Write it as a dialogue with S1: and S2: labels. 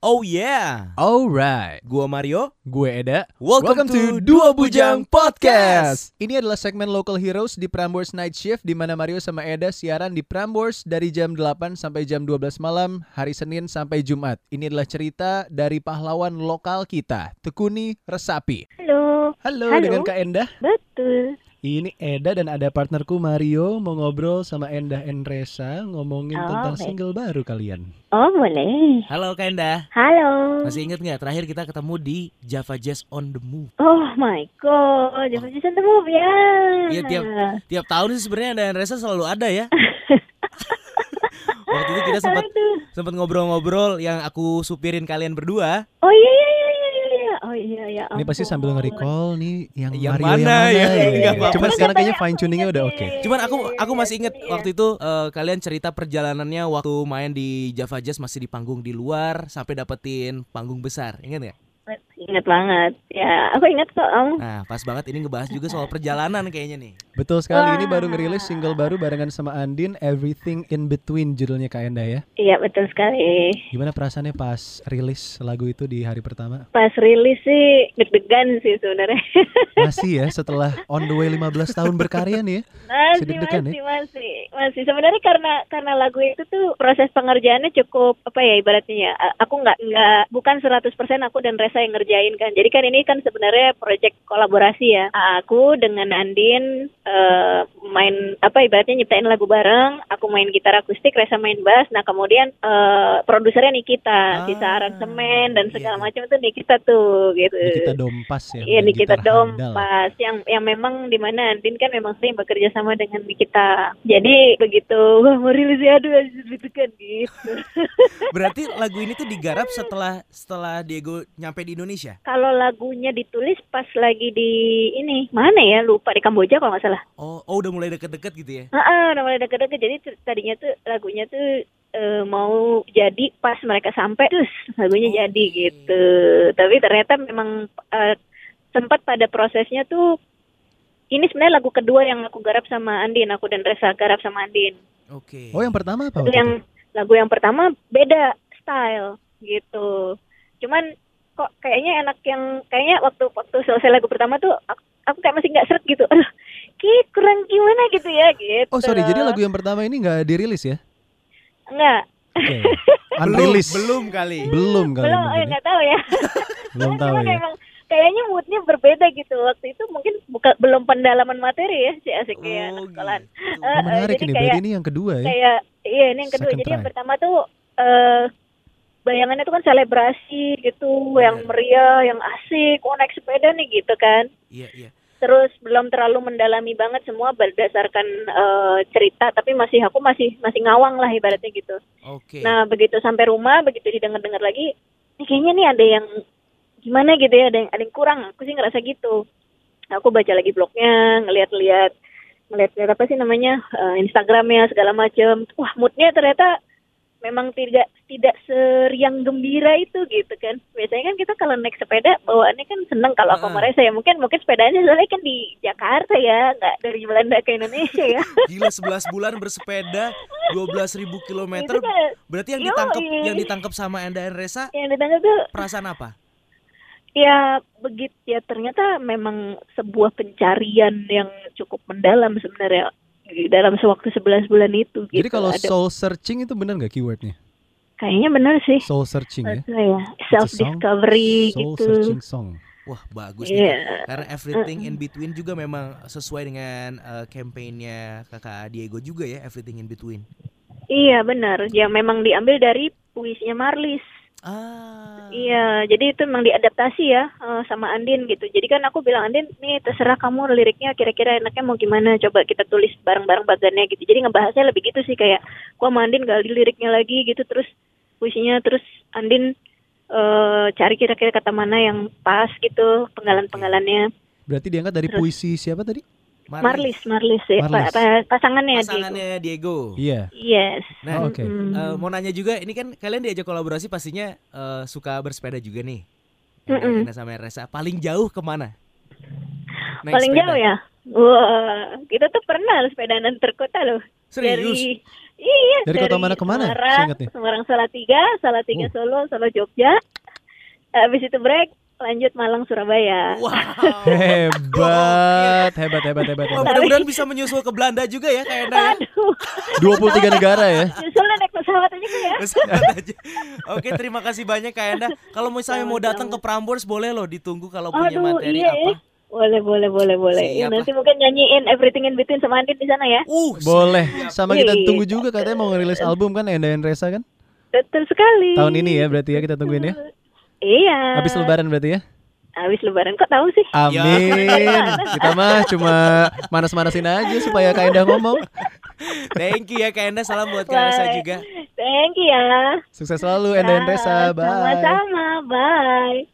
S1: Oh yeah.
S2: Alright,
S1: Gua Mario.
S2: gue Eda.
S1: Welcome, to Dua Bujang Podcast.
S2: Ini adalah segmen Local Heroes di Prambors Night Shift di mana Mario sama Eda siaran di Prambors dari jam 8 sampai jam 12 malam hari Senin sampai Jumat. Ini adalah cerita dari pahlawan lokal kita, Tekuni Resapi.
S3: Halo,
S2: Halo,
S3: Halo.
S2: dengan Kak Endah.
S3: betul.
S2: Ini Eda dan ada partnerku Mario mau ngobrol sama Endah Enresa ngomongin
S3: Oh,
S2: tentang
S3: baik.
S2: single baru kalian.
S3: Oh boleh.
S1: Halo Kenda.
S3: Halo.
S1: Masih inget nggak terakhir kita ketemu di Java Jazz on the Move.
S3: Oh my god, jangan season the movie ya.
S1: Iya, tiap- Tiap tahun sih sebenarnya ada Resa selalu ada ya. Waktu itu kita sempat
S3: Aduh.
S1: sempat ngobrol-ngobrol yang aku supirin kalian berdua.
S3: Oh iya iya iya iya iya, iya. Oh iya ya.
S2: Ini pasti
S3: ampun.
S2: sambil nge-recall nih yang,
S1: Yang
S2: Mario
S1: mana ya?
S2: yang mana.
S1: Nggak apa-apa.
S2: Cuma
S3: Nggak
S2: sekarang kayaknya
S3: apa-apa,
S2: fine tuningnya
S3: aku
S2: udah oke.
S3: ngerti.
S1: Cuman aku aku masih inget
S3: Iya.
S1: waktu itu eh, kalian cerita perjalanannya waktu main di Java Jazz masih di panggung di luar sampai dapetin panggung besar. Ingat nggak?
S3: Ingat banget. Ya, aku ingat kok om.
S1: Nah, pas banget ini ngebahas juga soal perjalanan kayaknya nih.
S2: Betul sekali ini baru
S3: Wah.
S2: ngerilis single baru barengan sama Andin Everything in Between judulnya Kak Enda ya.
S3: Iya betul sekali.
S2: Gimana perasaannya pas rilis lagu itu di hari pertama?
S3: Pas rilis sih deg-degan sih sebenarnya.
S2: Masih ya setelah on the way 15 tahun berkarya nih ya.
S3: masih
S2: deg-degan
S1: eh?
S3: masih, masih masih sebenarnya karena karena lagu itu tuh proses pengerjaannya cukup apa ya ibaratnya ya a- aku nggak nggak bukan 100% aku dan Resa yang ngerjain kan jadi kan ini kan sebenarnya proyek kolaborasi ya aku dengan Andin eh, main apa ibaratnya nyiptain lagu bareng aku main gitar akustik Resa main bass nah kemudian eh, produsernya Nikita
S1: Ah,
S3: sisa aransemen dan segala
S1: iya.
S3: macam tuh Nikita tuh gitu
S2: Nikita Dompas ya.
S3: Iya
S2: main
S3: Nikita
S2: gitar handal.
S3: Dompas yang yang memang di mana Andin kan memang sering bekerja sama dengan Nikita. Jadi begitu wah mau rilis ya aduh gitu kan gitu.
S1: Berarti lagu ini tuh digarap setelah setelah Diego nyampe di Indonesia.
S3: kalau lagunya ditulis pas lagi di ini mana ya lupa di Kamboja kalau nggak salah.
S1: Oh, oh udah mulai deket-deket gitu ya.
S3: Heeh, udah mulai deket-deket jadi t- tadinya tuh lagunya tuh eh, mau jadi pas mereka sampai terus lagunya
S1: Oke.
S3: jadi gitu. Tapi ternyata memang eh, sempat pada prosesnya tuh ini sebenarnya lagu kedua yang aku garap sama Andin, aku dan Resa garap sama Andin.
S1: Oke.
S2: Oh yang pertama apa? waktu
S3: Lagu yang
S2: itu?
S3: lagu yang pertama beda style gitu. Cuman kok kayaknya enak yang kayaknya waktu waktu selesai lagu pertama tuh aku, aku kayak masih nggak seret gitu. Aduh, kayak kurang gimana gitu ya gitu.
S2: Oh sorry jadi lagu yang pertama ini nggak dirilis ya?
S3: enggak
S2: Oke.
S1: belum,
S2: Unrilis.
S1: belum kali.
S2: Belum kali
S3: belum
S2: mungkin
S3: eh,
S2: ya.
S3: nggak tahu ya.
S2: Belum tahu
S3: Cuman
S2: ya.
S3: emang kayaknya moodnya berbeda gitu waktu itu mungkin buka, belum pendalaman materi ya si asik ya anak sekolahan.
S1: gitu.
S3: Eh,
S2: Oh,
S3: eh,
S2: menarik ini
S3: jadi kayak-
S2: berarti ini yang kedua ya.
S3: kayak iya ini yang kedua
S2: Second
S3: jadi yang
S2: try.
S3: pertama tuh eh bayangannya tuh kan selebrasi
S2: Iya.
S3: gitu
S1: Bener.
S3: yang meriah yang asik oh naik sepeda nih gitu kan
S1: Iya, iya.
S3: terus belum terlalu mendalami banget semua berdasarkan eh, cerita tapi masih aku masih masih ngawang lah ibaratnya gitu
S1: Oke.
S3: nah begitu sampai rumah begitu didengar-dengar lagi ini kayaknya nih ada yang gimana gitu ya ada yang ada yang kurang aku sih ngerasa gitu aku baca lagi blognya ngeliat-liat ngeliat-liat apa sih namanya eh, Instagramnya segala macem wah moodnya ternyata memang tidak tidak seriang gembira itu gitu kan biasanya kan kita kalau naik sepeda bawaannya kan seneng kalau aku
S1: Ah.
S3: merasa ya mungkin mungkin sepedanya soalnya kan di Jakarta ya nggak dari Belanda ke Indonesia ya
S1: Gila 11 bulan bersepeda 12.000
S3: itu
S1: km.
S3: kan
S1: Berarti yang
S3: Yoi.
S1: ditangkap yang ditangkap sama Anda dan Resa
S3: yang ditanya tuh
S1: perasaan apa?
S3: Ya begitu ya ternyata memang sebuah pencarian yang cukup mendalam sebenarnya dalam sewaktu 11 bulan itu gitu.
S2: Jadi kalau
S3: Ada-
S2: soul searching itu benar nggak keywordnya?
S3: kayaknya benar sih.
S2: Soul searching ya.
S3: Menurut saya self
S2: It's a song.
S3: discovery
S2: Soul
S3: gitu.
S2: searching song.
S1: Wah, bagus nih. Kak.
S3: Iya.
S1: Karena everything in between juga memang sesuai dengan eh, campaign-nya Kakak Diego juga ya, everything in between.
S3: Iya benar. Ya memang diambil dari puisinya Marlis.
S1: Ah.
S3: Iya, jadi itu memang diadaptasi ya eh, sama Andin gitu. Jadi kan aku bilang Andin, nih terserah kamu liriknya kira-kira enaknya mau gimana. Coba kita tulis bareng-bareng bagannya gitu. Jadi ngebahasnya lebih gitu sih kayak gua sama Andin gali liriknya lagi gitu terus puisinya terus Andin eh cari kira-kira kata mana yang pas gitu penggalan-penggalannya.
S2: Berarti diangkat dari
S3: Terus-
S2: puisi siapa tadi?
S3: Marlis, Marlis ya,
S2: Marlis.
S3: pa- pa- pasangannya, Diego.
S1: Pasangannya Diego.
S2: Iya.
S3: Yes.
S1: Nah,
S2: Oh, oke.
S3: Mm-mm.
S1: Eh, mau nanya juga, ini kan kalian diajak kolaborasi pastinya eh, suka bersepeda juga nih.
S3: Mm-mm.
S1: Ina sama Resa. Paling jauh kemana? Naik
S3: Paling ya?
S1: sepeda.
S3: jauh ya. Wah, kita tuh pernah loh sepedaan antar kota loh.
S1: Serius?
S3: Dari Iya,
S2: Dari kota mana ke mana?
S3: Semarang,
S2: Seingat nih. Oh.
S3: Semarang Salatiga, Salatiga Solo, Solo Jogja. Habis itu break, lanjut Malang Surabaya.
S1: Wow.
S2: Hebat, hebat, hebat, hebat.
S1: Wah,
S2: hebat.
S1: mudah-mudahan bisa menyusul ke Belanda juga ya kayak Enda ya.
S3: Aduh,
S2: 23 negara ya.
S3: nyusulnya naik pesawat aja Kak, ya.
S1: Pesawat aja. Oke, terima kasih banyak Kak Enda. Kalau misalnya mau datang ke Prambors boleh loh ditunggu kalau punya
S3: Aduh,
S1: materi
S3: iya
S1: apa.
S3: ya. Boleh, boleh, boleh, boleh.
S1: Siap
S3: Ya,
S1: lah.
S3: nanti mungkin nyanyiin Everything in Between sama Andin di sana ya.
S1: Uh,
S2: Boleh. Sama kita
S3: Iya.
S2: tunggu juga katanya mau ngerilis album kan Enda and Reza kan?
S3: Betul sekali.
S2: Tahun ini ya berarti ya kita tungguin ya.
S3: Iya.
S2: Habis lebaran berarti ya.
S3: Habis lebaran kok tahu sih?
S2: Amin. Kita mah cuma manas-manasin aja supaya Kak Enda ngomong.
S1: thank you ya Kak Enda. Salam buat Kak Resa
S3: Bye.
S1: juga.
S3: Thank you ya.
S2: Sukses selalu Enda and Reza. Bye.
S3: Sama-sama. Bye.